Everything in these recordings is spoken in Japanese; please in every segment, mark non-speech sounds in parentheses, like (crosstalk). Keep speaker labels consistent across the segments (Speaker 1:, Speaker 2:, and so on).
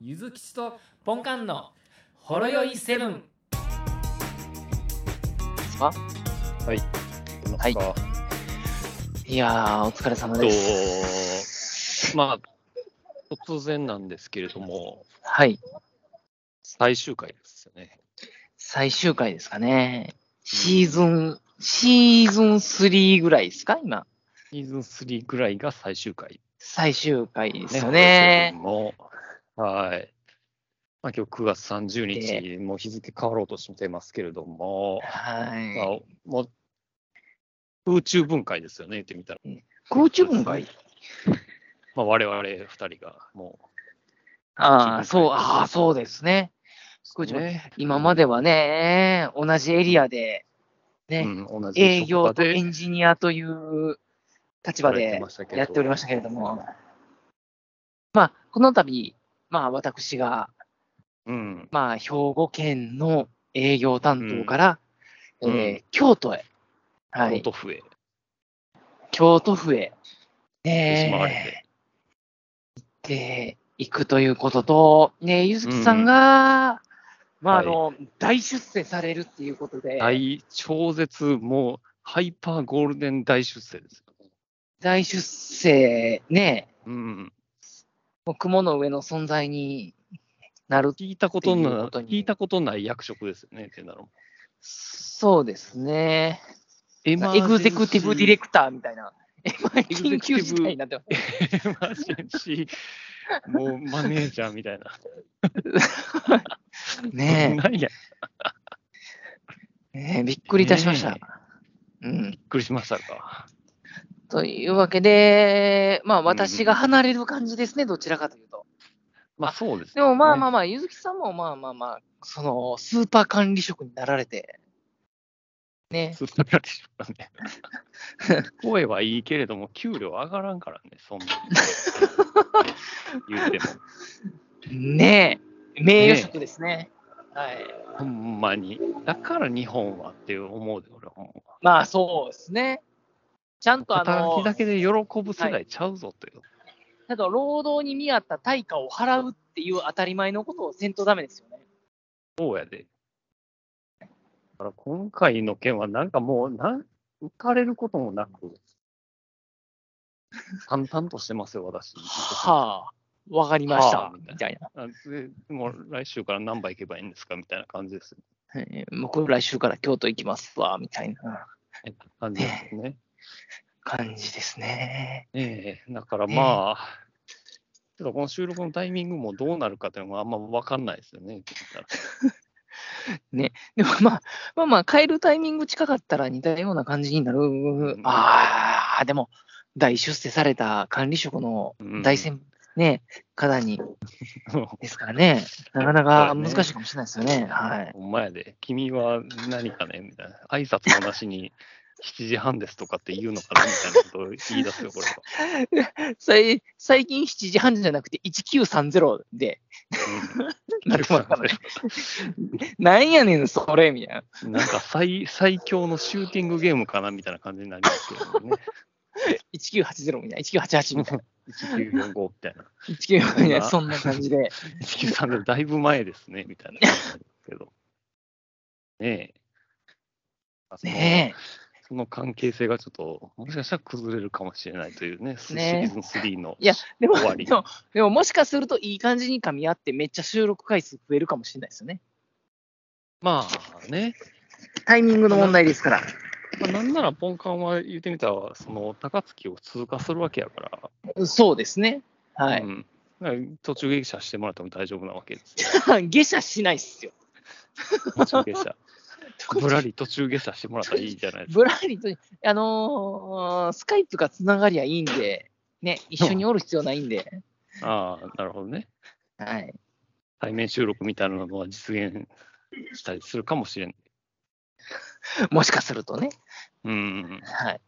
Speaker 1: ゆずきちとポンカンのほろよいセブン。
Speaker 2: はい
Speaker 3: なんか
Speaker 2: いやー、お疲れ様です。
Speaker 3: まあ、突然なんですけれども、
Speaker 2: はい。
Speaker 3: 最終回ですよね。
Speaker 2: 最終回ですかね。シーズン、シーズン3ぐらいですか今。
Speaker 3: シーズン3ぐらいが最終回
Speaker 2: 最終回で
Speaker 3: ですす
Speaker 2: よ
Speaker 3: ね。
Speaker 2: ね。
Speaker 3: もはい。まあ、今日9月30日、もう日付変わろうとしてますけれども、まあ
Speaker 2: はい。、
Speaker 3: もう空中分解ですよね、言ってみたら。
Speaker 2: 空中分解
Speaker 3: まあ、我々2人がも
Speaker 2: ああ、
Speaker 3: 空中分
Speaker 2: そう、
Speaker 3: 解
Speaker 2: ああ、そうですね。
Speaker 3: う、
Speaker 2: 空中分解
Speaker 3: ね
Speaker 2: 今まではね、同じエリアで、
Speaker 3: う
Speaker 2: ね、
Speaker 3: ん、同じ
Speaker 2: 営業
Speaker 3: 職場
Speaker 2: と
Speaker 3: で
Speaker 2: エンジニアという立場
Speaker 3: やっ
Speaker 2: で
Speaker 3: てましたけど
Speaker 2: やっておりましたけれども、まあ、この度、まあ、私が、
Speaker 3: うん、
Speaker 2: まあ、兵庫県の営業担当から、
Speaker 3: うん
Speaker 2: えー
Speaker 3: う
Speaker 2: 京都へ、は
Speaker 3: 京
Speaker 2: い、
Speaker 3: 都府へ
Speaker 2: 京都府へ、
Speaker 3: しまわれ
Speaker 2: ね
Speaker 3: て、
Speaker 2: えで行くということと、ねえ、ゆずきさんが、まあ、あの、大出世されるっていうことで、
Speaker 3: 大超絶、もうハイパーゴールデン大出世ですよ。
Speaker 2: 大出世、ねえ、
Speaker 3: うん、
Speaker 2: もう雲の上の存在になる。
Speaker 3: 聞いたこと
Speaker 2: っていう
Speaker 3: な
Speaker 2: ことに
Speaker 3: 聞いたことない役職ですよね、っ
Speaker 2: (laughs)
Speaker 3: てなる
Speaker 2: そうですね。
Speaker 3: エ
Speaker 2: エグゼクティブディレ
Speaker 3: ク
Speaker 2: クターみたいな。緊急事態になってます。
Speaker 3: ター。エマージェンシー、もうマネージャーみたいな。
Speaker 2: (laughs) ね
Speaker 3: 何や、
Speaker 2: え、ねえびっくりいたしました。
Speaker 3: ね
Speaker 2: うん、
Speaker 3: びっくりしましたか。
Speaker 2: というわけで、まあ、
Speaker 3: ん
Speaker 2: 私が離れる感じですね、どちらかというと。
Speaker 3: まあそうです
Speaker 2: で
Speaker 3: よね、
Speaker 2: もまあまあまあ、ゆずきさんもまあまあまあ、そのスーパー管理職になられて、ね、
Speaker 3: そうなんでしょうかね。 (laughs) 声はいいけれども、給料上がらんからね、そんな。言
Speaker 2: (laughs)
Speaker 3: っても。
Speaker 2: ねえ、名誉職ですね。はい、
Speaker 3: ほんまに。だから日本はって思うで、俺はもう。
Speaker 2: まあそうですね。ちゃんとあ
Speaker 3: 働
Speaker 2: の
Speaker 3: き、だけで喜ぶ世代ちゃうぞという。
Speaker 2: なんか労働に見合った対価を払うっていう当たり前のことをせんとダメですよね。
Speaker 3: そうやで。だから今回の件はなんかもうなん、浮かれることもな (laughs) く、淡々としてますよ、私。
Speaker 2: はあ、わかりました、
Speaker 3: はあ
Speaker 2: みたいな。
Speaker 3: あでもう来週から何杯行けばいいんですかみたいな感じです。
Speaker 2: えー僕、来週から京都行きますわ、みたいな
Speaker 3: 感じですね。
Speaker 2: 感じですね。
Speaker 3: ええだからまあ、ちょっとこの収録のタイミングもどうなるかっていうのもあんま分かんないですよね。
Speaker 2: でもまあ、まあまあ、帰るタイミング近かったら似たような感じになる。
Speaker 3: ん
Speaker 2: ああ、でも、大出世された管理職の
Speaker 3: うん
Speaker 2: 大先、ね、方に、
Speaker 3: (laughs)
Speaker 2: ですからね、なかな
Speaker 3: そ
Speaker 2: か
Speaker 3: うだね
Speaker 2: 難しいかもしれないですよね。はい。
Speaker 3: お前で、君は何かねみたいな。挨拶もなしに、7時半ですとかって言うのかなみたいなことを言い出すよ、これは。
Speaker 2: さい最近7時半じゃなくて1930で
Speaker 3: (laughs)
Speaker 2: なってますからね。なんやねん、それ、みたいな。
Speaker 3: うんなんか最最強のシューティングゲームかなみたいな感じになりますけ
Speaker 2: (laughs)
Speaker 3: どね。
Speaker 2: 1980みたいな、1988みたいな、
Speaker 3: 1945みたいな。
Speaker 2: 19みたいな、そんな感じで。
Speaker 3: 1930だいぶ前ですね、みたいな感じなんですけど。ねえ。あその
Speaker 2: ね (laughs)
Speaker 3: その関係性がちょっと、もしかしたら崩れるかもしれないというね、シ
Speaker 2: ねえ
Speaker 3: ーズン3の
Speaker 2: いやえ。でも、
Speaker 3: 終わり
Speaker 2: でも、でももしかするといい感じに噛み合って、めっちゃ収録回数増えるかもしれないですよね。
Speaker 3: まあね、
Speaker 2: タイミングの問題ですから。
Speaker 3: まあ、なんならポンカンは言ってみたら、その高槻を通過するわけやか
Speaker 2: そうですね。
Speaker 3: ら、
Speaker 2: はい。
Speaker 3: うん、だから途中下車してもらっても大丈夫なわけです
Speaker 2: (laughs)
Speaker 3: よ。
Speaker 2: 下車しないっすよ。
Speaker 3: 途中下車。 (laughs) ぶらり途中下車してもらったらいいじゃな
Speaker 2: (laughs)
Speaker 3: いです
Speaker 2: ぶ
Speaker 3: か。
Speaker 2: らりと、あのースカイプがつながりゃいいんで、ね、一緒におる必要ないんで、
Speaker 3: ああ、なるほどね。
Speaker 2: はい。
Speaker 3: 対面収録みたいなのは実現したりするかもしれない。
Speaker 2: もしかするとね。
Speaker 3: うん。
Speaker 2: はい。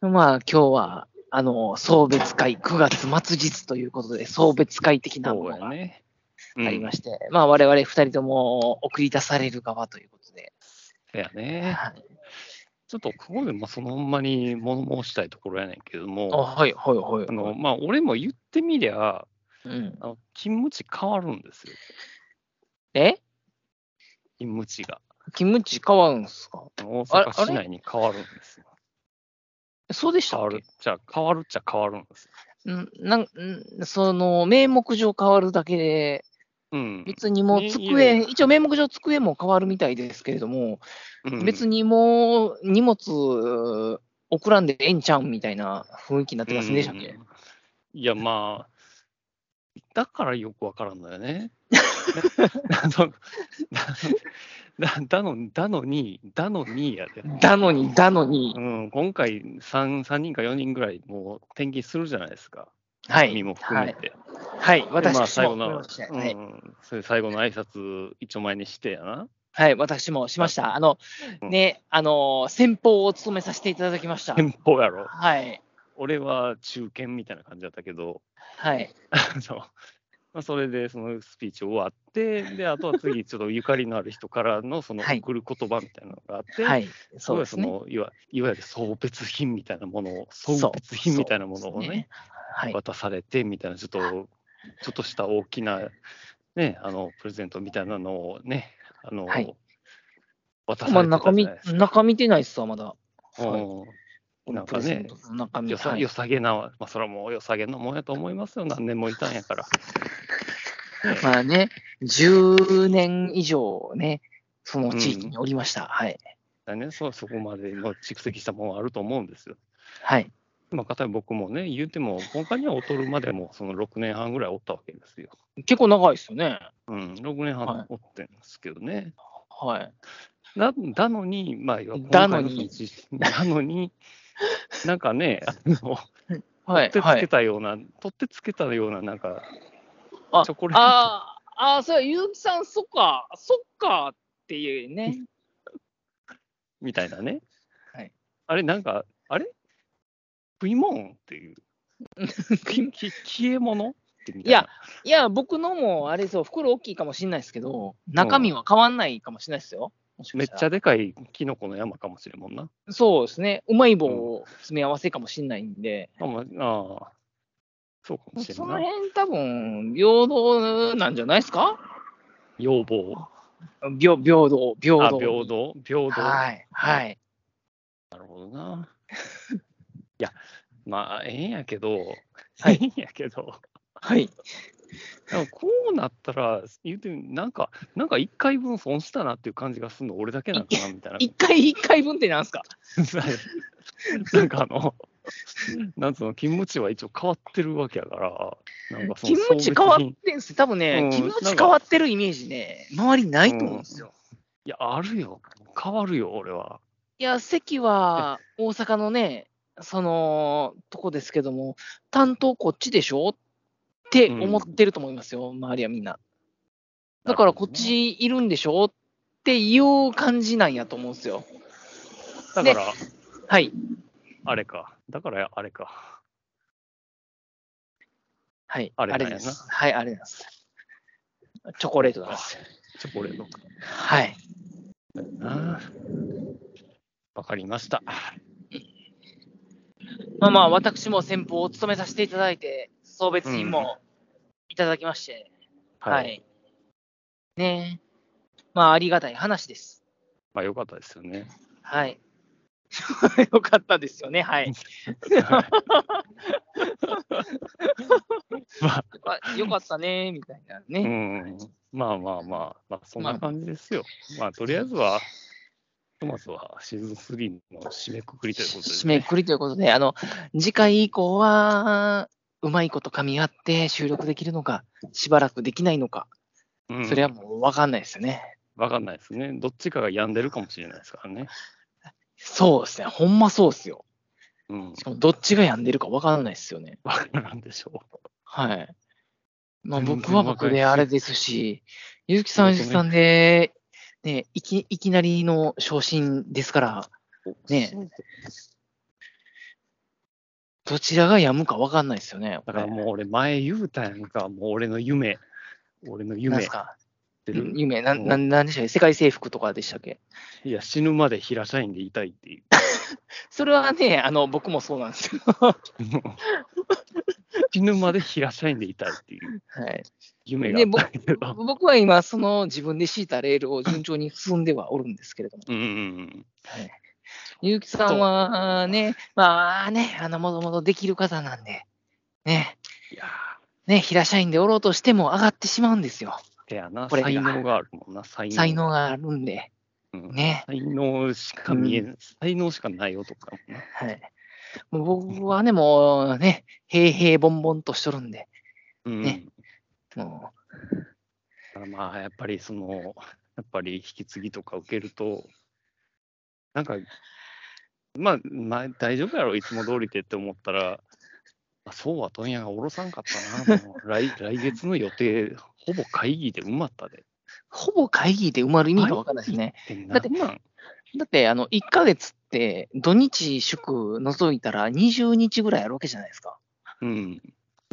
Speaker 2: まあ、今日は、あのー送別会、9月末日ということで、送別会的なも
Speaker 3: そう
Speaker 2: の
Speaker 3: や
Speaker 2: が
Speaker 3: ね。
Speaker 2: ありま
Speaker 3: し
Speaker 2: して、まあ、我々二人とも送り出される側ということで、
Speaker 3: た。やね。
Speaker 2: はい。
Speaker 3: ちょっとここで、まあ、そのほんまに物申したいところやねんけど
Speaker 2: あ
Speaker 3: も、
Speaker 2: はいはいはい。
Speaker 3: あの、まあ、俺も言ってみりゃ、
Speaker 2: うん。
Speaker 3: あの勤務地変わるんですよ、
Speaker 2: え
Speaker 3: 勤務地が。
Speaker 2: 勤務地変わるんすか
Speaker 3: 大
Speaker 2: あれ
Speaker 3: 阪市内に変わるんですよ。
Speaker 2: そうでした
Speaker 3: 変わ
Speaker 2: っ
Speaker 3: る
Speaker 2: け
Speaker 3: っちゃ変わるっちゃ変わるんですよ。
Speaker 2: うんなんんその、名目上変わるだけで、
Speaker 3: うん、
Speaker 2: 別にもう
Speaker 3: ね
Speaker 2: 机、
Speaker 3: 家
Speaker 2: 一応名目上机も変わるみたいですけれども、
Speaker 3: うん
Speaker 2: 別にもう荷物送らんでええんちゃうんみたいな雰囲気になってますね、でしたっ
Speaker 3: う
Speaker 2: け
Speaker 3: んいや、まあ、だからよくわからんの
Speaker 2: (laughs)
Speaker 3: よね。だのだだのだのに、だのにやで。
Speaker 2: だのに、だのに
Speaker 3: う。ん、今回3、3人か4人ぐらい、もう転勤するじゃないですか、
Speaker 2: は
Speaker 3: 君
Speaker 2: い。
Speaker 3: も含
Speaker 2: は
Speaker 3: め
Speaker 2: い。
Speaker 3: て。
Speaker 2: はい。
Speaker 3: でまあ、
Speaker 2: 私
Speaker 3: 最
Speaker 2: も
Speaker 3: 後の、
Speaker 2: 思いましたはい。
Speaker 3: うん、それ最後の挨拶一丁前にしてやな。 (laughs)
Speaker 2: はい。私もしました。あの、
Speaker 3: うん
Speaker 2: ね、あの、先方を務めさせていただきました。
Speaker 3: 憲法やろ。
Speaker 2: はい。
Speaker 3: 俺は中堅みたいな感じだったけど、
Speaker 2: はい。
Speaker 3: あの (laughs) まあ、それでそのスピーチ終わって、で、あとは
Speaker 2: (laughs)
Speaker 3: 次、ちょっとゆかりのある人からのその
Speaker 2: はい
Speaker 3: 送る言葉みたいなのがあって、
Speaker 2: はい。
Speaker 3: す
Speaker 2: そう
Speaker 3: ごい
Speaker 2: で
Speaker 3: そ
Speaker 2: すね。
Speaker 3: のいわいわゆる送別品みたいなものを、
Speaker 2: う
Speaker 3: 送別品みたいなもの
Speaker 2: そう
Speaker 3: を
Speaker 2: です
Speaker 3: ね、
Speaker 2: はい。
Speaker 3: 渡されてみたいな、ちょっと、ちょっとした大きな、ね、あの、プレゼントみたいなのをね、あの、
Speaker 2: はい
Speaker 3: 渡
Speaker 2: ま
Speaker 3: さ
Speaker 2: あ、
Speaker 3: れて
Speaker 2: 中
Speaker 3: たじゃ
Speaker 2: 身
Speaker 3: ないで、すか。
Speaker 2: 中見てないっすわ、まだ。はい
Speaker 3: うんなんかね、
Speaker 2: 中身
Speaker 3: よさ
Speaker 2: はい
Speaker 3: よさげな、まあ、それはもうよさげなもんやと思いますよ、何年もいたんやから。
Speaker 2: まあね、10年以上ね、その地域におりました。はい。
Speaker 3: だね、そうそこまでの蓄積したものはあると思うんですよ。
Speaker 2: はい。
Speaker 3: まあ、かたや僕もね、言うても、本館には劣るまでも、その6年半ぐらいおったわけですよ。
Speaker 2: 結構長いですよね。
Speaker 3: うん、6年
Speaker 2: はい
Speaker 3: 半おってんですけどね。
Speaker 2: はい。
Speaker 3: なだのに、まあ、
Speaker 2: だのに
Speaker 3: 今回のそのじなのに、 (laughs) なんかね、あの、
Speaker 2: は
Speaker 3: 取
Speaker 2: い。
Speaker 3: ってつ
Speaker 2: は
Speaker 3: け
Speaker 2: い、
Speaker 3: たような、取ってつけたような、なんか、
Speaker 2: あ
Speaker 3: チョコレート
Speaker 2: あーあー、そうや、ゆうきさん、そっか、そっかっていうね。
Speaker 3: みたいなね。
Speaker 2: はい
Speaker 3: あれ、なんか、あれ食い物っていう。 (laughs) き消え物ってみたいな。
Speaker 2: いや、いや、僕のも、あれそう、袋大きいかもしれないですけど、中身は変わんないかもしれないですよ。もしか
Speaker 3: めっ
Speaker 2: したら
Speaker 3: ちゃでかいキノコの山かもしれんもんな。
Speaker 2: そうですね。うまい棒を詰め合わせかもしれないんで、
Speaker 3: あまああ、そうかもしれ
Speaker 2: そ
Speaker 3: ん
Speaker 2: の
Speaker 3: な。
Speaker 2: 辺多分、平等なんじゃないですか
Speaker 3: 要望。
Speaker 2: 平平等、平
Speaker 3: あ、
Speaker 2: 等。
Speaker 3: 平等。平等。
Speaker 2: はい、はい。
Speaker 3: なるほどな。 (laughs) いや、まあ、ええんやけど、
Speaker 2: はい
Speaker 3: ええんやけど、
Speaker 2: はい。
Speaker 3: なんかこうなったら、言うてみなんか、なんか一回分損したなっていう感じがするの、俺だけなんかなみたいな。
Speaker 2: 一回一回分ってなんすか
Speaker 3: (laughs) なんかあの、なんつうの、勤務地は一応変わってるわけやから、なんかそ
Speaker 2: 勤
Speaker 3: の
Speaker 2: 務地変わ
Speaker 3: 送
Speaker 2: っ
Speaker 3: 別品
Speaker 2: てんす多分ね、
Speaker 3: うん
Speaker 2: 勤務
Speaker 3: なん
Speaker 2: 地
Speaker 3: か
Speaker 2: 変わってるイメージね、周りないと思うんですよ。
Speaker 3: いや、あるよ。変わるよ、俺は。
Speaker 2: いや、席は大阪のね、そのとこですけども、担当こっちでしょって思ってると思いますよ、周りはみんな。だからこっちいるんでしょっていう感じなんやと思うんですよ。
Speaker 3: なるほどね。だから、
Speaker 2: はい。
Speaker 3: あれか。だから、あれか。
Speaker 2: はい。
Speaker 3: あれなんやな
Speaker 2: です。はい、あれなんです。チョコレートなんです。
Speaker 3: チョコレートか
Speaker 2: はい。
Speaker 3: な。わかりました。
Speaker 2: まあまあ、私も先方を務めさせていただいて、送別品もいただきまして、はい。。ねえまあ、ありがたい話です。
Speaker 3: まあ、よかったですよね。
Speaker 2: はい。 (laughs) よかったですよね、
Speaker 3: (laughs)
Speaker 2: はい。 (laughs)
Speaker 3: ま
Speaker 2: よか
Speaker 3: あ、
Speaker 2: よかったね、みたいな
Speaker 3: う
Speaker 2: ね。
Speaker 3: ん。まあまあまあ、まあ、そんな感じですよ。まあ、とりあえずは、トマスはシーズン3の締めくくりということで、
Speaker 2: 締めくくりということで、あの、次回以降は、うまいこと噛み合って収録できるのか、しばらくできないのか、
Speaker 3: うん
Speaker 2: それはもう分かんないですよね。
Speaker 3: わかんないですね。どっちかが病んでるかもしれないですからね。
Speaker 2: そうですね、ほんまそうですよ。
Speaker 3: うん
Speaker 2: し。かも、どっちが病んでるか分かんないですよね。
Speaker 3: わからんでしょ
Speaker 2: はい。まあ、
Speaker 3: 全然
Speaker 2: 僕は僕であれですし、ゆうきさんはゆうきさんで、ね、いきいきなりの昇進ですから、
Speaker 3: う。
Speaker 2: ねどちらが病むか分かんないですよね。
Speaker 3: だからもう俺前言うたやんか、もう俺の夢、俺の
Speaker 2: なん
Speaker 3: 夢
Speaker 2: すか
Speaker 3: って
Speaker 2: う
Speaker 3: る
Speaker 2: ん。夢、な、
Speaker 3: うんん
Speaker 2: なんなんでしたっけ世界征服とかでしたっけ
Speaker 3: いや、死ぬまで平社員でいたいっていう。
Speaker 2: それはね、あの、僕もそうなんですよ。
Speaker 3: 死ぬまで平社員でいたいっていう
Speaker 2: はい、
Speaker 3: 夢があったんだけど。
Speaker 2: 僕は今、その自分で敷いたレールを順調に進んではおるんですけれども、
Speaker 3: うんうん
Speaker 2: 結城さんはね、まあね、あのもともとできる方なんで、ね、
Speaker 3: いや
Speaker 2: ね、平社員でおろうとしても上がってしまうんですよ。
Speaker 3: ー、やな、
Speaker 2: これが
Speaker 3: 才能があるもんな、才能。
Speaker 2: 才能があるんで、
Speaker 3: うん
Speaker 2: ね。
Speaker 3: 才能しか見えない、才能しかない男だもんな。
Speaker 2: はい。もう僕はね、もうね、平平凡々としとるんで、
Speaker 3: うん
Speaker 2: ねも
Speaker 3: ただまあやっぱりそのやっぱり引き継ぎとか受けるとなんかまあ、まあ、大丈夫やろいつも通りでって思ったらあそうは問屋がおろさんかったなもう (laughs) 来来月の予定ほぼ会議で埋まったで
Speaker 2: う、ほぼ会議で埋まる意味がわからないですね。
Speaker 3: ってな
Speaker 2: だって
Speaker 3: んなん
Speaker 2: だって、あの、1ヶ月って、土日祝除いたら20日ぐらいあるわけじゃないですか。
Speaker 3: うん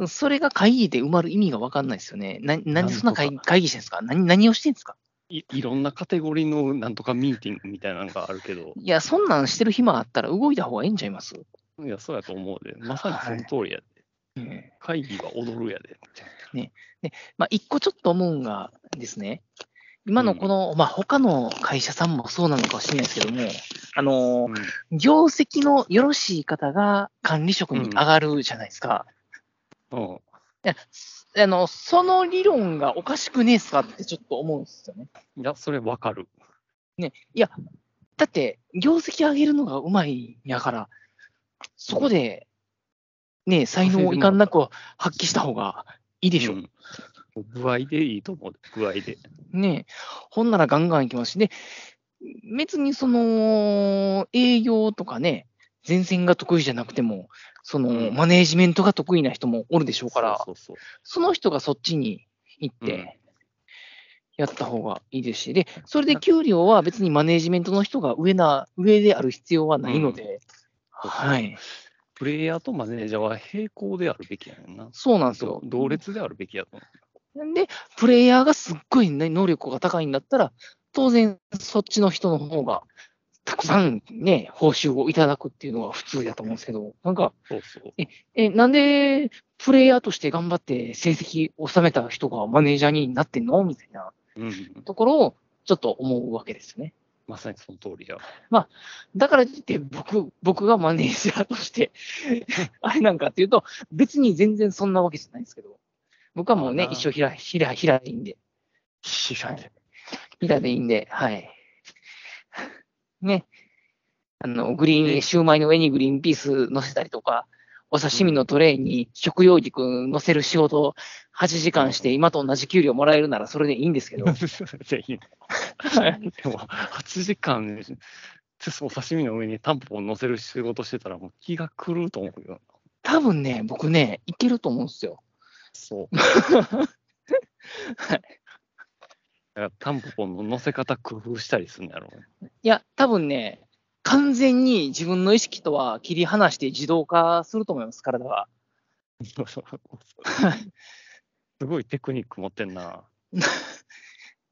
Speaker 2: それが会議で埋まる意味がわかんないですよね。な、なんでそんな会
Speaker 3: なん
Speaker 2: 議
Speaker 3: と
Speaker 2: 会議してるんですか何、何をしてるんですか
Speaker 3: いいろんなカテゴリーのなんとかミーティングみたいなのがあるけど
Speaker 2: いや、そんなんしてる暇あったら動いた方がええんちゃいます、
Speaker 3: いやそうやと思うでまさにその通りやで、
Speaker 2: うん
Speaker 3: 会議は踊るやで
Speaker 2: まあ、一個ちょっと思うんがですね、今のこの、まあ、他の会社さんもそうなのかもしれないですけども、あのー、
Speaker 3: うん
Speaker 2: 業績のよろしい方が管理職に上がるじゃないですか。
Speaker 3: うん
Speaker 2: あの、その理論がおかしくねえっすかってちょっと思うんですよね。
Speaker 3: いやそれわかる
Speaker 2: だって、業績上げるのがうまいんやから、そこで、ね、才能をいかんなく発揮した方がいいでしょ。
Speaker 3: うん具合でいいと思う。具合で。
Speaker 2: ねえ、ほんならガンガン行きますしね、別にその営業とかね、前線が得意じゃなくても、その、
Speaker 3: うん
Speaker 2: マネージメントが得意な人もおるでしょうから、そ
Speaker 3: そうそう
Speaker 2: の人がそっちに行っ
Speaker 3: うん
Speaker 2: て、やった方がいいですし、で、それで給料は別にマネージメントの人が上な、上である必要はないので、
Speaker 3: そう
Speaker 2: はい、
Speaker 3: プレイヤーとマネージャーは並行であるべきやねんな。
Speaker 2: そうなんです
Speaker 3: そ
Speaker 2: よ。
Speaker 3: う同列であるべきやと思
Speaker 2: で、プレイヤーがすっごいね能力が高いんだったら、当然そっちの人の方が、たくさんね、報酬をいただくっていうのが普通だと思うんですけど、なんか、
Speaker 3: う。そうそう。
Speaker 2: え、なんでプレイヤーとして頑張って成績を収めた人がマネージャーになってんのみたいな
Speaker 3: うん、
Speaker 2: ところをちょっと思うわけですよね。
Speaker 3: まさにその通りや。
Speaker 2: だからといって僕、僕がマネージャーとして、 (laughs) あれなんかっていうと、別に全然そんなわけじゃないんですけど、僕はもうね
Speaker 3: ま、あな
Speaker 2: 一生ひら、ひら、ひらでいいんで、
Speaker 3: 知らんで
Speaker 2: ピラでいいんで、はい。 (laughs) ね。あの、グリーン、シューマイの上にグリーンピース乗せたりとか、お刺身のトレイに食用肉乗せる仕事を8時間して、今と同じ給料もらえるならそれでいいんですけど。
Speaker 3: ぜひ。
Speaker 2: はい
Speaker 3: でも、8時間、お刺身の上にタンポポを乗せる仕事してたら、もう気が狂うと思うよ。
Speaker 2: 多分ね、僕ね、いけると思うんですよ。
Speaker 3: (laughs) そう。だからタンポポの乗せ方工夫したりするんやろうね。
Speaker 2: いや、多分ね、完全に自分の意識とは切り離して自動化すると思います、体が。
Speaker 3: そうそう (laughs) すごいテクニック持ってんな。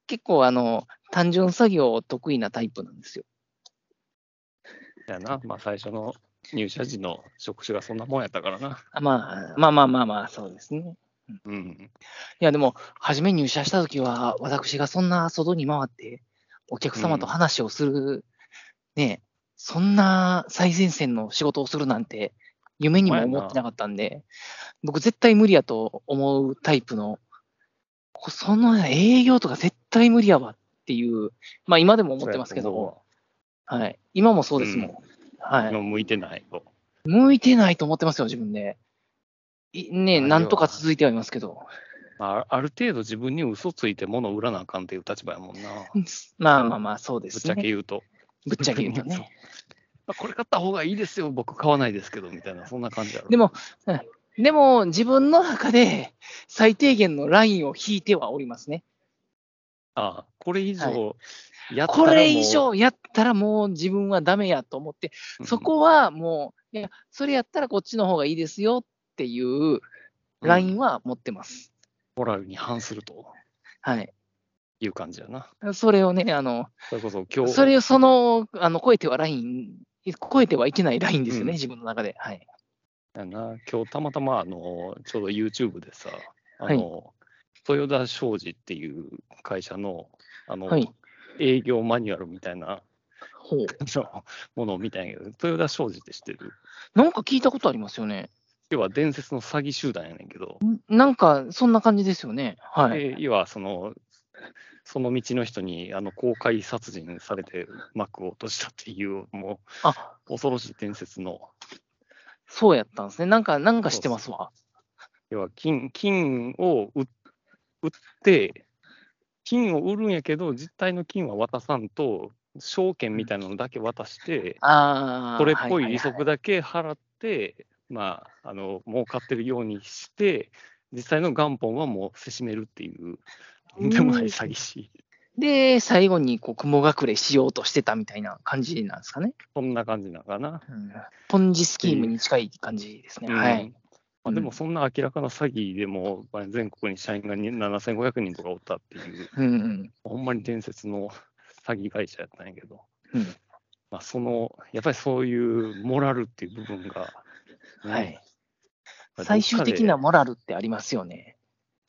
Speaker 2: 結構、あの、単純作業得意なタイプなんですよ。
Speaker 3: やな、まあ最初の入社時の職種がそんなもんやったからな。
Speaker 2: あまあ、まあまあまあまあ、そうですね。
Speaker 3: うん。
Speaker 2: いや、でも、初め入社したときは、私がそんな外に回って、お客様と話をする、ねえ、そんな最前線の仕事をするなんて、夢にも思ってなかったんで、僕、絶対無理やと思うタイプの、こその営業とか絶対無理やわっていう、まあ、今でも思ってますけど、はい、今もそうですもん。
Speaker 3: う
Speaker 2: はい、
Speaker 3: 今向いてないと。
Speaker 2: 向いてないと思ってますよ、自分で。いねえ、
Speaker 3: まあ
Speaker 2: なんとか続いてはいますけど。
Speaker 3: まあ、ある程度自分に嘘ついて物を売らなあかんっていう立場やもんな。ぶ
Speaker 2: まあまあまあ、そうで
Speaker 3: っ
Speaker 2: す
Speaker 3: ちゃけ
Speaker 2: ね。
Speaker 3: 言うと。
Speaker 2: ぶっちゃけ言うと
Speaker 3: そう
Speaker 2: ね。
Speaker 3: まあこれ買った方がいいですよ、僕買わないですけど、みたいな、そんな感じやろ。
Speaker 2: でも、うんでも自分の中で最低限のラインを引いてはおりますね。
Speaker 3: ああこれ以上
Speaker 2: はい
Speaker 3: やったらもう、
Speaker 2: これ以上やったらもう自分はダメやと思って、
Speaker 3: うん、
Speaker 2: そこはもう、いや、それやったらこっちの方がいいですよっていうライン
Speaker 3: うん
Speaker 2: は持ってます。
Speaker 3: モラルに反すると
Speaker 2: はい。
Speaker 3: いう感じやな。
Speaker 2: それをね、あの、
Speaker 3: それこそ今日、
Speaker 2: それをその、あの、超えてはライン、超えてはいけないラインですよね、
Speaker 3: うん
Speaker 2: 自分の中で。はい。
Speaker 3: やな、今日たまたま、あの、ちょうど YouTube でさ、あ
Speaker 2: はい
Speaker 3: の、豊田商事っていう会社の、あの、
Speaker 2: はい
Speaker 3: 営業マニュアルみたいな
Speaker 2: ほう。
Speaker 3: あのものを見たんやけど、豊田商事って知ってる
Speaker 2: なんか聞いたことありますよね。
Speaker 3: 要は伝説の詐欺集団やねんけど、
Speaker 2: なんか、そんな感じですよね。はい。
Speaker 3: で要はその、その道の人にあの公開殺人されて幕を落としたっていう、も
Speaker 2: あ、
Speaker 3: う恐ろしい伝説の、
Speaker 2: そうやったんですね。なんか、なんか知ってますわ。
Speaker 3: 要は金金を売売って、金を売るんやけど、実体の金は渡さんと、証券みたいなのだけ渡して、
Speaker 2: ああ。
Speaker 3: それっぽい
Speaker 2: は
Speaker 3: 利
Speaker 2: はは
Speaker 3: 息だけ払って、まあ、あの儲かってるようにして、実際の元本はもうせしめるっていう、とんでもない詐欺師。
Speaker 2: で、最後にこう雲隠れしようとしてたみたいな感じなんですかね。
Speaker 3: そんな感じなのかな。
Speaker 2: ポンジスキームに近い感じですね。は
Speaker 3: う
Speaker 2: い
Speaker 3: ん。まあ、で
Speaker 2: うん
Speaker 3: もそんな明らかな詐欺でも、まあ全国に社員がに7500人とかおったっていう、
Speaker 2: うんうん。
Speaker 3: ほんまに伝説の詐欺会社やったんやけど、
Speaker 2: うん
Speaker 3: まあ、そのやっぱりそういうモラルっていう部分が、ね
Speaker 2: はい。
Speaker 3: まあ
Speaker 2: 最終的なモラルってありますよね。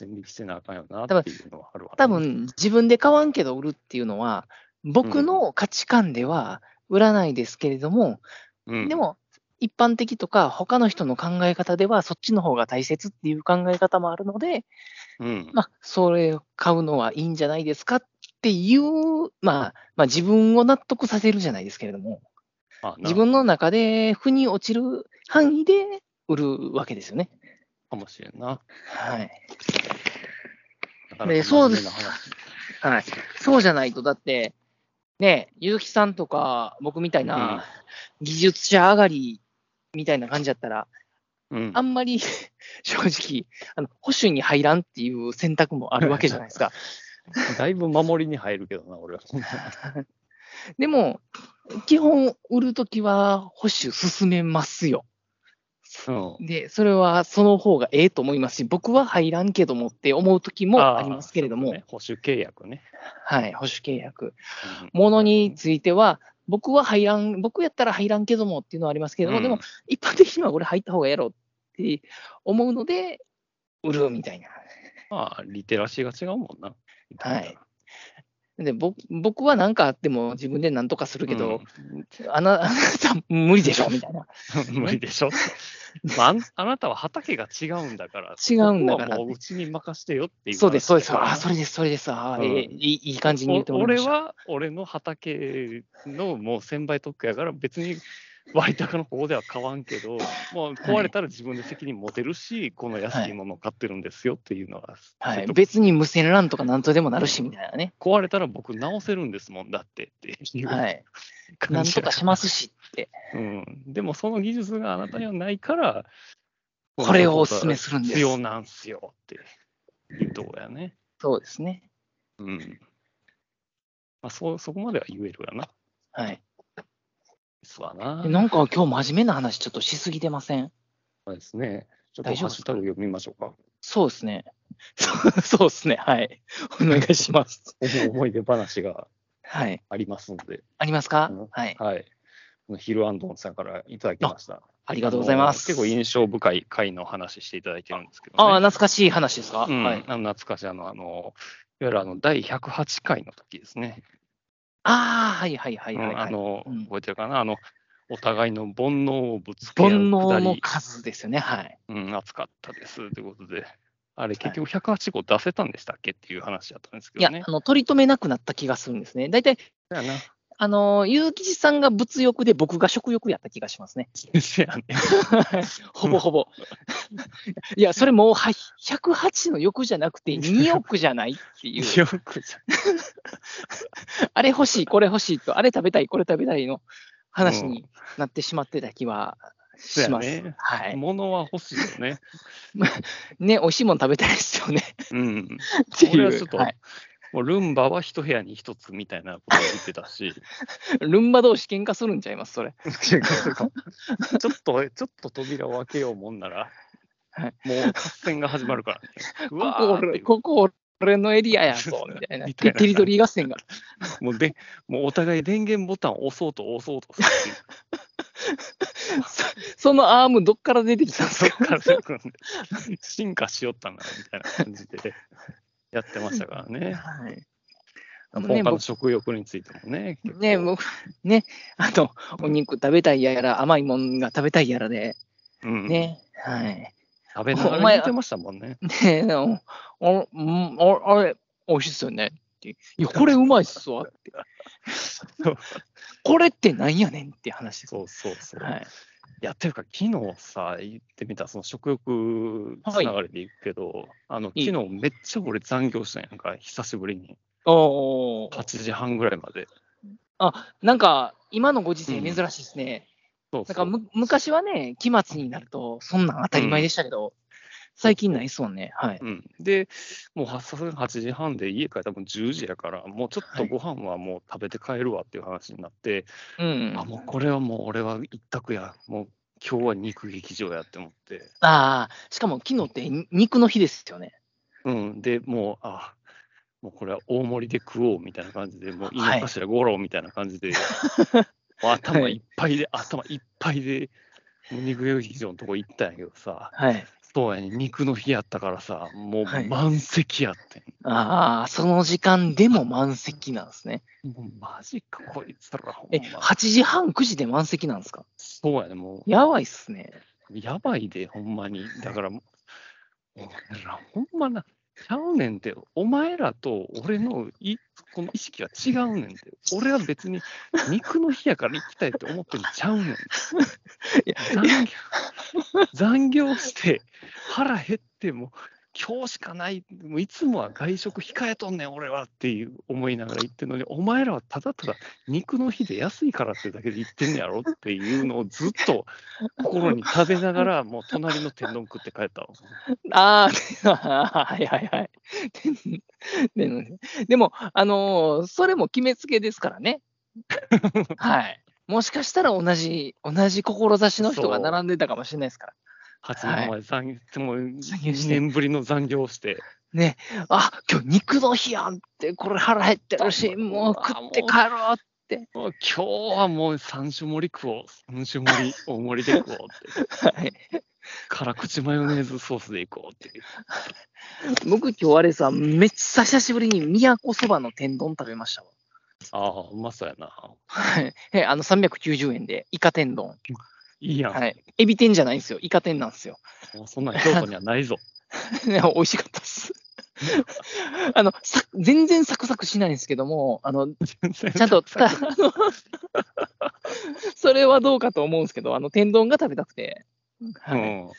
Speaker 3: どっかで線引きしてなあかんよなっていうのはあるわ、ね。
Speaker 2: 多分、自分で買わんけど売るっていうのは、僕の価値観では売らないですけれども、
Speaker 3: うん
Speaker 2: で、も、一般的とか他の人の考え方ではそっちの方が大切っていう考え方もあるので、
Speaker 3: うん
Speaker 2: まあ、それを買うのはいいんじゃないですかっていう、まあ、まあ、自分を納得させるじゃないですけれども、
Speaker 3: まあな
Speaker 2: 自分の中で腑に落ちる範囲で売るわけですよね。
Speaker 3: かもしれんな。
Speaker 2: はい。
Speaker 3: なかなか
Speaker 2: ねそうです
Speaker 3: 真面目な話
Speaker 2: はい。そうじゃないと、だって、ね、ゆうきさんとか僕みたい
Speaker 3: うん
Speaker 2: な技術者上がりみたいな感じだったら、
Speaker 3: うん
Speaker 2: あんまり (laughs) 正直、あの保守に入らんっていう選択もあるわけじゃないですか。
Speaker 3: だいぶ守りに入るけどな、俺は。
Speaker 2: でも、基本売るときは保守進めますよ。
Speaker 3: うん
Speaker 2: で、それはその方がええと思いますし、僕は入らんけどもって思うときもありますけれど
Speaker 3: あ
Speaker 2: も、
Speaker 3: ーそうね保守契約ね。
Speaker 2: はい、保守契約。
Speaker 3: うん
Speaker 2: ものについては、僕は入らん、僕やったら入らんけどもっていうのはありますけれども、
Speaker 3: うん
Speaker 2: でも一般的には俺入った方がやろうって思うので、売るみたいな。
Speaker 3: まあ、リテラシーが違うもんな。
Speaker 2: はいで僕僕は何かあっても自分で何とかするけど、
Speaker 3: うん、
Speaker 2: あな (laughs) あなた無理でしょみたいな。
Speaker 3: (laughs) 無理でしょ、まああん。あなたは畑が違うんだから、
Speaker 2: 違うんだから
Speaker 3: そこはもううちに任せてよっていう話。
Speaker 2: そうです、そうです。あ、そ
Speaker 3: れ
Speaker 2: れです、それです。あー、
Speaker 3: うん
Speaker 2: えーいいいい感じに言ってもらい
Speaker 3: 俺
Speaker 2: ました。
Speaker 3: は俺の畑のもう1000倍特許やから、別に割高の方では買わんけ
Speaker 2: (laughs)
Speaker 3: ど、もう壊れたら自分で責任持てるし、この安いものを買ってるんですよっていうのは、
Speaker 2: はい、
Speaker 3: ちょっと
Speaker 2: 別に無線 LAN とか何とでもなるしみたいなね。
Speaker 3: 壊れたら僕直せるんですもんだってっていう感じやから、
Speaker 2: はい。何とかします
Speaker 3: (laughs)
Speaker 2: しって、
Speaker 3: うん、でもその技術があなたにはないから、
Speaker 2: これをお勧めするんです
Speaker 3: 必要なんすよっていうとこやね。
Speaker 2: そうですね。
Speaker 3: うん。まあ、そうそこまでは言えるわな。
Speaker 2: はい。
Speaker 3: ですわな。
Speaker 2: なんか今日真面目な話ちょっとしすぎてません
Speaker 3: そうですね。ちょっと
Speaker 2: 大丈
Speaker 3: ハ
Speaker 2: 夫
Speaker 3: ッ
Speaker 2: です
Speaker 3: シ
Speaker 2: か
Speaker 3: ュタグ読みましょうか。
Speaker 2: そうです
Speaker 3: (laughs)
Speaker 2: ね。そうそうですね。はい。お願いします。
Speaker 3: 思い出話が
Speaker 2: はい。
Speaker 3: ありますので、
Speaker 2: ありますか
Speaker 3: うん
Speaker 2: はい。
Speaker 3: はい。ヒルアンドンさんからいただきました。
Speaker 2: ありがとうございます。
Speaker 3: あの結構印象深い回の話していただいてるんですけど、ね。
Speaker 2: ああ、懐かしい話ですか、
Speaker 3: うん、
Speaker 2: はい。
Speaker 3: あの懐かしいあの、あの、いわゆるあの第108回の時ですね。
Speaker 2: ああ、はいはいはい
Speaker 3: うん
Speaker 2: はい、はい
Speaker 3: あの、
Speaker 2: うん
Speaker 3: 覚えてるかなあの、お互いの煩悩をぶつけ合う
Speaker 2: 煩
Speaker 3: くだ
Speaker 2: 悩の
Speaker 3: り、
Speaker 2: 数ですよね。はい。
Speaker 3: うん、熱かったですということで、あれ、結局108号出せたんでしたっけっていう話だったんですけ
Speaker 2: いや
Speaker 3: ど、ね
Speaker 2: あ。の、取り留めなくなった気がするんですね。大体、
Speaker 3: や、な。
Speaker 2: あの、結城さんが物欲で僕が食欲やった気がしますね。
Speaker 3: せ (laughs) やね。
Speaker 2: (laughs) ほぼほぼ。いや、それもうはい108の欲じゃなくて2億じゃないっていう。
Speaker 3: よくじ
Speaker 2: あれ欲しい、これ欲しいと、あれ食べたい、これ食べたいの話
Speaker 3: う
Speaker 2: になってしまってた気はします。
Speaker 3: そうやね
Speaker 2: は
Speaker 3: ゃ、
Speaker 2: い。
Speaker 3: 物は欲しいよね。
Speaker 2: ね、美味しいもの食べたいですよね。 (laughs)
Speaker 3: うん。
Speaker 2: って
Speaker 3: 俺
Speaker 2: い
Speaker 3: は
Speaker 2: う。
Speaker 3: ちょっと、
Speaker 2: はい
Speaker 3: もうルンバは一部屋に一つみたいなことを言ってたし、
Speaker 2: ルンバ同士喧嘩するんちゃい (laughs) ます、それ。
Speaker 3: ちょっと、 (laughs) ちょっと扉を開けようもんなら、
Speaker 2: はい
Speaker 3: もう合戦が始まるから、
Speaker 2: (laughs)
Speaker 3: ね。う
Speaker 2: こ
Speaker 3: わ
Speaker 2: こ
Speaker 3: ーってい
Speaker 2: 俺、
Speaker 3: う
Speaker 2: ここ俺のエリアやぞ、みたいな。
Speaker 3: みたい
Speaker 2: テ
Speaker 3: な
Speaker 2: テリトリー合戦が。 (laughs)
Speaker 3: もうでもうお互い電源ボタンを押そうと押そうとするっていう
Speaker 2: そそのアームどっから出てきたんです
Speaker 3: そっ
Speaker 2: か
Speaker 3: からよく進化しよったな、みたいな感じでやってましたか
Speaker 2: (laughs)
Speaker 3: らね。
Speaker 2: はいあの
Speaker 3: ポ
Speaker 2: ね
Speaker 3: ンカンの食欲についてもね。結構
Speaker 2: ね僕、 (laughs) ね、あと、お肉食べたいやら、甘いもんが食べたいやらで、
Speaker 3: うん、
Speaker 2: ね、はい。
Speaker 3: 食べなが
Speaker 2: お前
Speaker 3: ら見てましたもんね。
Speaker 2: ね、お、お、んおあれ、美味しいっすよねって。いや、これうまいっす
Speaker 3: (laughs)
Speaker 2: わって。これってなんやねんって話です。
Speaker 3: そうそうそう。
Speaker 2: はい。
Speaker 3: いやっていうか、昨日さ、行ってみた、その食欲つながりで行くけど、あの昨
Speaker 2: いい
Speaker 3: 日めっちゃ俺残業したんやんか、久しぶりに。
Speaker 2: おー
Speaker 3: 8時半ぐらいまで。
Speaker 2: なんか、今のご時世
Speaker 3: うん
Speaker 2: 珍しいですね。
Speaker 3: そうそう
Speaker 2: なんかむ、昔はね、期末になると、そんなん当たり前でしたけど、最近ないっすもんね。はい。
Speaker 3: うん、で、もうはさすがに8時半で家帰ったらもう10時やから、もうちょっとご飯はもう食べて帰るわっていう話になって、
Speaker 2: うん。
Speaker 3: あ、もうこれはもう俺は一択や、もう今日は肉劇場やって思って、
Speaker 2: ああ、しかも昨日ってに肉の日ですよね。
Speaker 3: うん、でもう、あもうこれは大盛りで食おうみたいな感じで、もう
Speaker 2: はい
Speaker 3: 井の頭五郎みたいな感じで、もう頭いっぱいで、頭いっぱいで、もう肉劇場のとこ行ったんやけどさ、
Speaker 2: はい。
Speaker 3: そうやね、肉の日やったからさ、もう
Speaker 2: はい
Speaker 3: 満席やってん。
Speaker 2: ああ、その時間でも満席なんですね。
Speaker 3: もうマジか、こいつら、ほん
Speaker 2: え、
Speaker 3: ま。
Speaker 2: 8時半、9時で満席なんですか
Speaker 3: そうやね、もう、
Speaker 2: やばいっすね。
Speaker 3: やばいで、ほんまに。だから、もう俺ら、ほんまな、ちゃうねんて、お前らと俺のいこの意識は違うねんて。俺は別に肉の日やから行きたいって思ってんのちゃうねんて。残業残業して、腹減っても、今日しかない、もういつもは外食控えとんねん、俺はっていう思いながら言ってるのに、お前らはただただ肉の日で安いからってだけで言ってんねやろっていうのをずっと心に食べながら、もう隣の天丼食って帰ったわ。
Speaker 2: あー (laughs) はいはいはい。で (laughs) ででも、あのーそれも決めつけですからね。はい。もしかしたら同じ、同じ志の人が
Speaker 3: そう
Speaker 2: 並んでたかもしれないですから。
Speaker 3: 8年前残、もう
Speaker 2: 残業して
Speaker 3: 2年ぶりの残業をして、
Speaker 2: ね、あ今日肉の日やんって、これ腹減ってるし、もう食って帰ろう。
Speaker 3: もう今日はもう三種盛り食おう、三種盛り、大盛りで食おう
Speaker 2: (laughs)
Speaker 3: って、
Speaker 2: はい
Speaker 3: 辛口マヨネーズソースでいこうっていう。
Speaker 2: 僕今日あれさ、めっちゃ久しぶりに宮古そばの天丼食べましたわ。
Speaker 3: ああ、うまそうやな。
Speaker 2: はい。 (laughs) えあの390円でイカ天丼。
Speaker 3: いいやん。
Speaker 2: はい。エビ天じゃないんですよ。イカ天なんですよ。 (laughs)
Speaker 3: もうそんなん京都にはないぞ。
Speaker 2: ね美味しかったっす。 (laughs) あのさ全然サクサクしないんですけども、あ
Speaker 3: (laughs)
Speaker 2: の (laughs) ちゃんとつかあの (laughs) それはどうかと思うんですけど、あの天丼が食べたくて、
Speaker 3: う
Speaker 2: はい
Speaker 3: ん。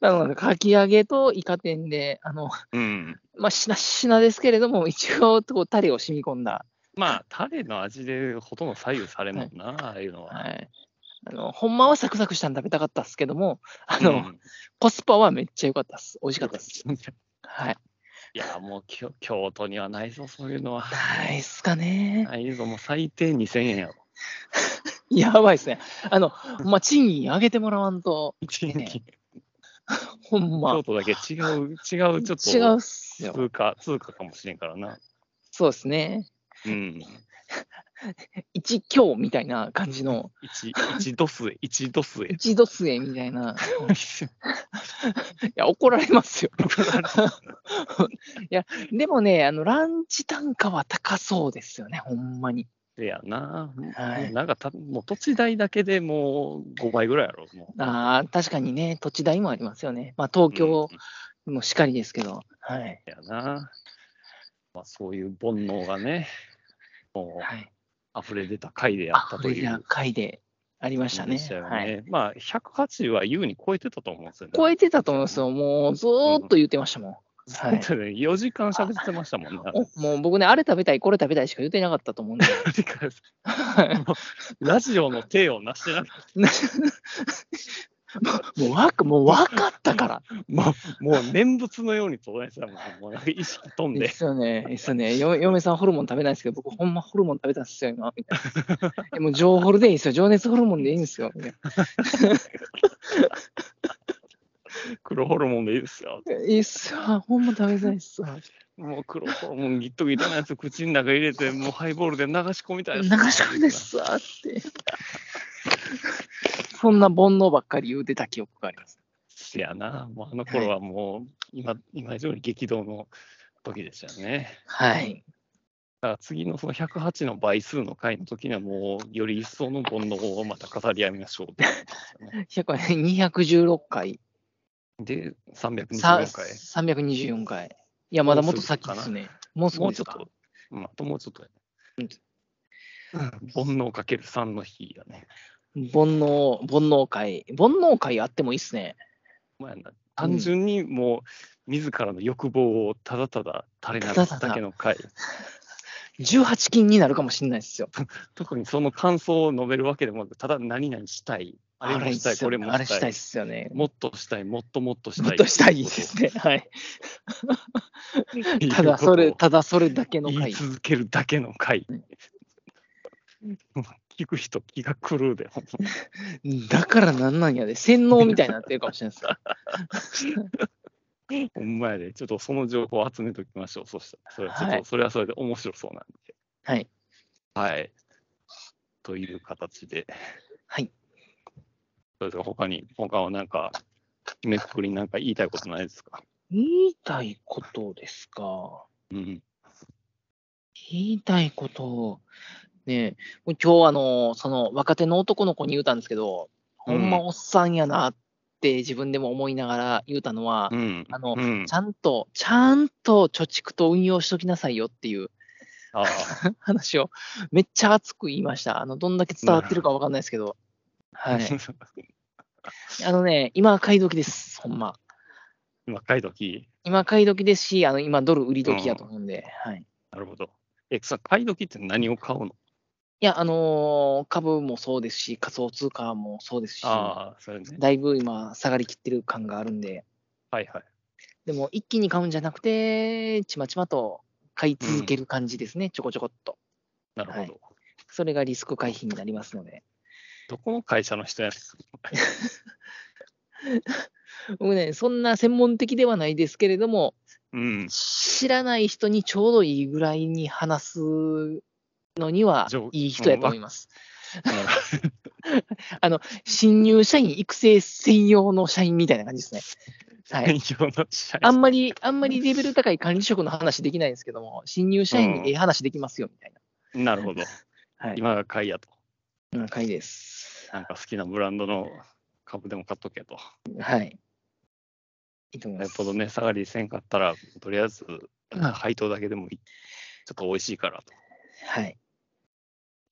Speaker 2: なので、かき揚げとイカ天で、あの
Speaker 3: うん。
Speaker 2: まあ、しなしなですけれども、一応こう、タレを染み込んだ
Speaker 3: まあ、タレの味でほとんど左右されんもんな、ああいうのは。
Speaker 2: はい。あの、ほんまはサクサクしたの食べたかったっすけども、あの、
Speaker 3: うん
Speaker 2: コスパはめっちゃ良かったっす。美味しかったっす。はい。
Speaker 3: (laughs) いや、もうきょ京都にはないぞ、そういうのは。
Speaker 2: ないっすかね。
Speaker 3: ないぞ、もう最低2000円やろ。
Speaker 2: やばいっすね。あの、ほんま賃金上げてもらわんと、
Speaker 3: 京
Speaker 2: ほんま。
Speaker 3: 都だけ違う、違う、ちょっと
Speaker 2: 違うっすよ。
Speaker 3: 通貨、通貨かもしれんからな。
Speaker 2: そうですね。
Speaker 3: うん。
Speaker 2: 一強みたいな感じの、
Speaker 3: 一一度数、
Speaker 2: (laughs)
Speaker 3: 一度数。 (laughs)
Speaker 2: 一度末みたいな。いや、怒られますよ。 (laughs) いや、でもね、あの、ランチ単価は高そうですよね、ほんまに。
Speaker 3: でやな。
Speaker 2: はい
Speaker 3: なんかた、もう土地代だけでもう5倍ぐらいやろ、もう。
Speaker 2: ああ、確かにね、土地代もありますよね。まあ、東京、
Speaker 3: うん
Speaker 2: もうしかりですけど、はい。
Speaker 3: やな。まあ、そういう煩悩がね、も
Speaker 2: はい、
Speaker 3: う溢れ出た回でや
Speaker 2: あ
Speaker 3: った
Speaker 2: ことれ
Speaker 3: い
Speaker 2: が
Speaker 3: う。
Speaker 2: 回でありましたね。
Speaker 3: よ
Speaker 2: はい、
Speaker 3: ね。まあ、180は優に超えてたと思うんですよね。
Speaker 2: 超
Speaker 3: え
Speaker 2: えてたと思いますよ。もうずーっと言ってましたもん。はい
Speaker 3: てね、4時間喋ってましたもん (laughs) ね。
Speaker 2: おもう僕ね、あれ食べたい、これ食べたいしか言ってなかったと思うんで。はい
Speaker 3: ラジオの手をなしてなくて、
Speaker 2: なもうわかもう分かったから。
Speaker 3: もう、もう念仏のように唱えてたもん。もうなんか意識飛ん
Speaker 2: で
Speaker 3: (laughs) で。
Speaker 2: すよね。ですよね。よ嫁さんホルモン食べないですけど、僕ほんまホルモン食べたんですよ、今。みたいな。えもう情ホルでいいんですよ。情熱ホルモンでいいんですよ。みたいな
Speaker 3: 黒ホルモンでいいですよ。
Speaker 2: いいっすわ。ほんま食べたいっすわ。
Speaker 3: もう黒ホルモンギットギトのやつ口の中入れ (laughs) て、もうハイボールで流し込みた
Speaker 2: 流
Speaker 3: いです
Speaker 2: し込みですわって。そんな煩悩ばっかり言うてた記憶があります。
Speaker 3: せやな、もうあの頃はもう今、今以上に激動の時でしたよね。
Speaker 2: はい。
Speaker 3: だから次のその108の倍数の回の時にはもうより一層の煩悩をまた語り合いましょう (laughs) って
Speaker 2: 100 216回、
Speaker 3: で、
Speaker 2: さ
Speaker 3: 324回。
Speaker 2: 324回。いや、まだもっと先ですね。もうす
Speaker 3: も
Speaker 2: ぐ
Speaker 3: う
Speaker 2: で
Speaker 3: ち
Speaker 2: す
Speaker 3: ょっ
Speaker 2: か
Speaker 3: と、うん、あともうちょっとやね。うん煩悩かける3の日やね。
Speaker 2: 煩悩、煩悩会。煩悩会あってもいいっすね。
Speaker 3: ほんまやな単純にもう、自らの欲望をただただ垂れ流すだけの回。
Speaker 2: 18金になるかもしれないですよ。
Speaker 3: 特にその感想を述べるわけでもなく、ただ何々したい、あれもしたい、これも
Speaker 2: あれ
Speaker 3: し
Speaker 2: したたい
Speaker 3: い
Speaker 2: っ、すよね。
Speaker 3: もっとしたい、もっともっとしたい。
Speaker 2: もっとしたいですね。 (laughs) はい。
Speaker 3: っていうこ
Speaker 2: た
Speaker 3: とを
Speaker 2: だそれ、ただそれだけの
Speaker 3: 言い
Speaker 2: 回。
Speaker 3: 続けるだけの回。 (laughs) 聞く人気が狂うで、ほんま
Speaker 2: だからなんなんやで、洗脳みたいになってるかもしれないです。
Speaker 3: ほんまやで、ちょっとその情報を集めておきましょう。そしたら、それはちょっと、
Speaker 2: はい
Speaker 3: それはそれで面白そうなんで。
Speaker 2: はい。
Speaker 3: はい。という形で。
Speaker 2: はい。
Speaker 3: それでは他に、他はなんか、締めくくりになんか言いたいことないですか
Speaker 2: (laughs) 言いたいことですか。
Speaker 3: うん。
Speaker 2: 言いたいこと。ねえ、もう今日あの、その若手の男の子に言うたんですけど、ほんまおっさんやなって自分でも思いながら言うたのは、
Speaker 3: うん。
Speaker 2: あの
Speaker 3: うん
Speaker 2: ち、ゃんと、ちゃんと貯蓄と運用しときなさいよっていう (laughs)
Speaker 3: ああ、
Speaker 2: 話をめっちゃ熱く言いました。あの、どんだけ伝わってるかわかんないですけど。はい。あのね、今買い時です、ほんま。
Speaker 3: (laughs) 今、書いとき、
Speaker 2: 今買い時ですし、あの、今ドル売り時やと思うんで、はい。
Speaker 3: なるほど。え、さ、買い時って何を買うの
Speaker 2: いや、あのー株もそうですし、仮想通貨もそうですし、
Speaker 3: ああ、それね。
Speaker 2: だいぶ今、下がりきってる感があるんで、
Speaker 3: はいはい。
Speaker 2: でも一気に買うんじゃなくて、ちまちまと買い続ける感じですね、ちょこちょこっと。
Speaker 3: なるほど。
Speaker 2: はいそれがリスク回避になりますので。
Speaker 3: どこの会社の人やね
Speaker 2: 僕ね、そんな専門的ではないですけれども、
Speaker 3: ん。
Speaker 2: (laughs)
Speaker 3: うん。
Speaker 2: 知らない人にちょうどいいぐらいに話すのには
Speaker 3: 上
Speaker 2: いい人やと思います。
Speaker 3: なるほど
Speaker 2: 新入社員育成専用の社員みたいな感じですね。はい。
Speaker 3: 専用の社員
Speaker 2: あんまり、あんまりレベル高い管理職の話できないんですけども、新入社員にええ話できますよみたい
Speaker 3: なるほど。
Speaker 2: な。はい。
Speaker 3: 今が買いやと。
Speaker 2: うん、回です。
Speaker 3: なんか好きなブランドの株でも買っとけと。
Speaker 2: はい。いいと思い
Speaker 3: よ
Speaker 2: ま
Speaker 3: っ
Speaker 2: す。
Speaker 3: ぽどね、下がりせんかったら、とりあえず配当だけでもいい。ちょっと美味しいからと
Speaker 2: はい。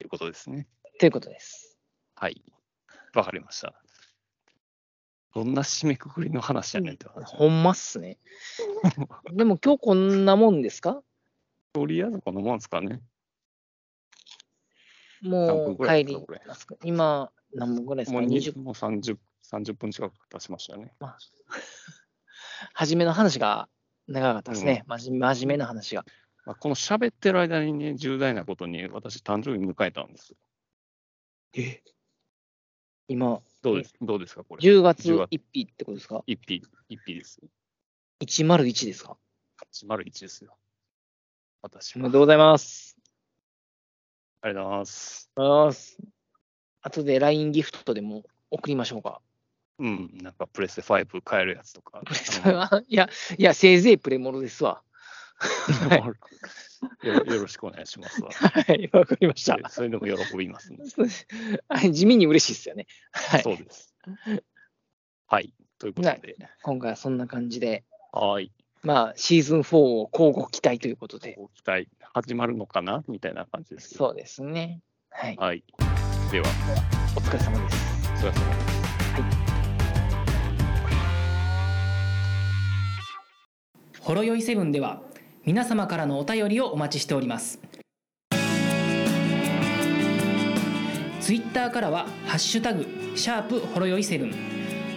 Speaker 3: いうことですね。
Speaker 2: ということです。
Speaker 3: はい。わかりました。どんな締めくくりの話やねんって話。
Speaker 2: ほんまっす
Speaker 3: (laughs)
Speaker 2: ね。でも今日こんなもんですか
Speaker 3: とりあえずこのもんですかね。何分
Speaker 2: も
Speaker 3: ぐ
Speaker 2: う
Speaker 3: らい
Speaker 2: 帰
Speaker 3: です
Speaker 2: り
Speaker 3: かこれ
Speaker 2: ますか今、何分ぐらいです
Speaker 3: も
Speaker 2: か
Speaker 3: うに
Speaker 2: ?20 分。
Speaker 3: もう 30, 30分近く経ちましたね。
Speaker 2: 初めの話が長かったですね。真面目真面目な話が。
Speaker 3: まあ、この喋ってる間にね、重大なことに私、誕生日迎えたんですよ。
Speaker 2: え今、
Speaker 3: どうですどうですか、これ。
Speaker 2: 10月
Speaker 3: 10
Speaker 2: 1日ってことですか
Speaker 3: 一匹、一匹です。
Speaker 2: ?101 ですか
Speaker 3: 801ですよ。私
Speaker 2: おめ
Speaker 3: も。
Speaker 2: でとうございます。
Speaker 3: ありがとうございます。
Speaker 2: ありがとうございます。後で LINE ギフトでも送りましょうか。
Speaker 3: うん、なんかプレステ5買えるやつとか。
Speaker 2: プレステ (laughs) はいや、いや、せいぜいプレモルですわ。
Speaker 3: あの (laughs) よよろしくお願いしますわ。
Speaker 2: はい、わかりまし
Speaker 3: そ
Speaker 2: た
Speaker 3: れ。 (laughs) それでも喜びますんで、
Speaker 2: そうですはい地味に嬉しいですよね。はい。
Speaker 3: そうです。はい。ということで。
Speaker 2: 今回はそんな感じで、
Speaker 3: はい。
Speaker 2: まあ、シーズン4を交互期待ということで。
Speaker 3: ご期待始まるのかなみたいな感じですけど。
Speaker 2: そうですね。はい。
Speaker 3: はい。では、
Speaker 2: お疲れ様です。
Speaker 3: お疲れ様です。
Speaker 1: ほろよいセブンでは皆様からのお便りをお待ちしておりますツイッターからは「ハッシュタグシャープほろよいセブン」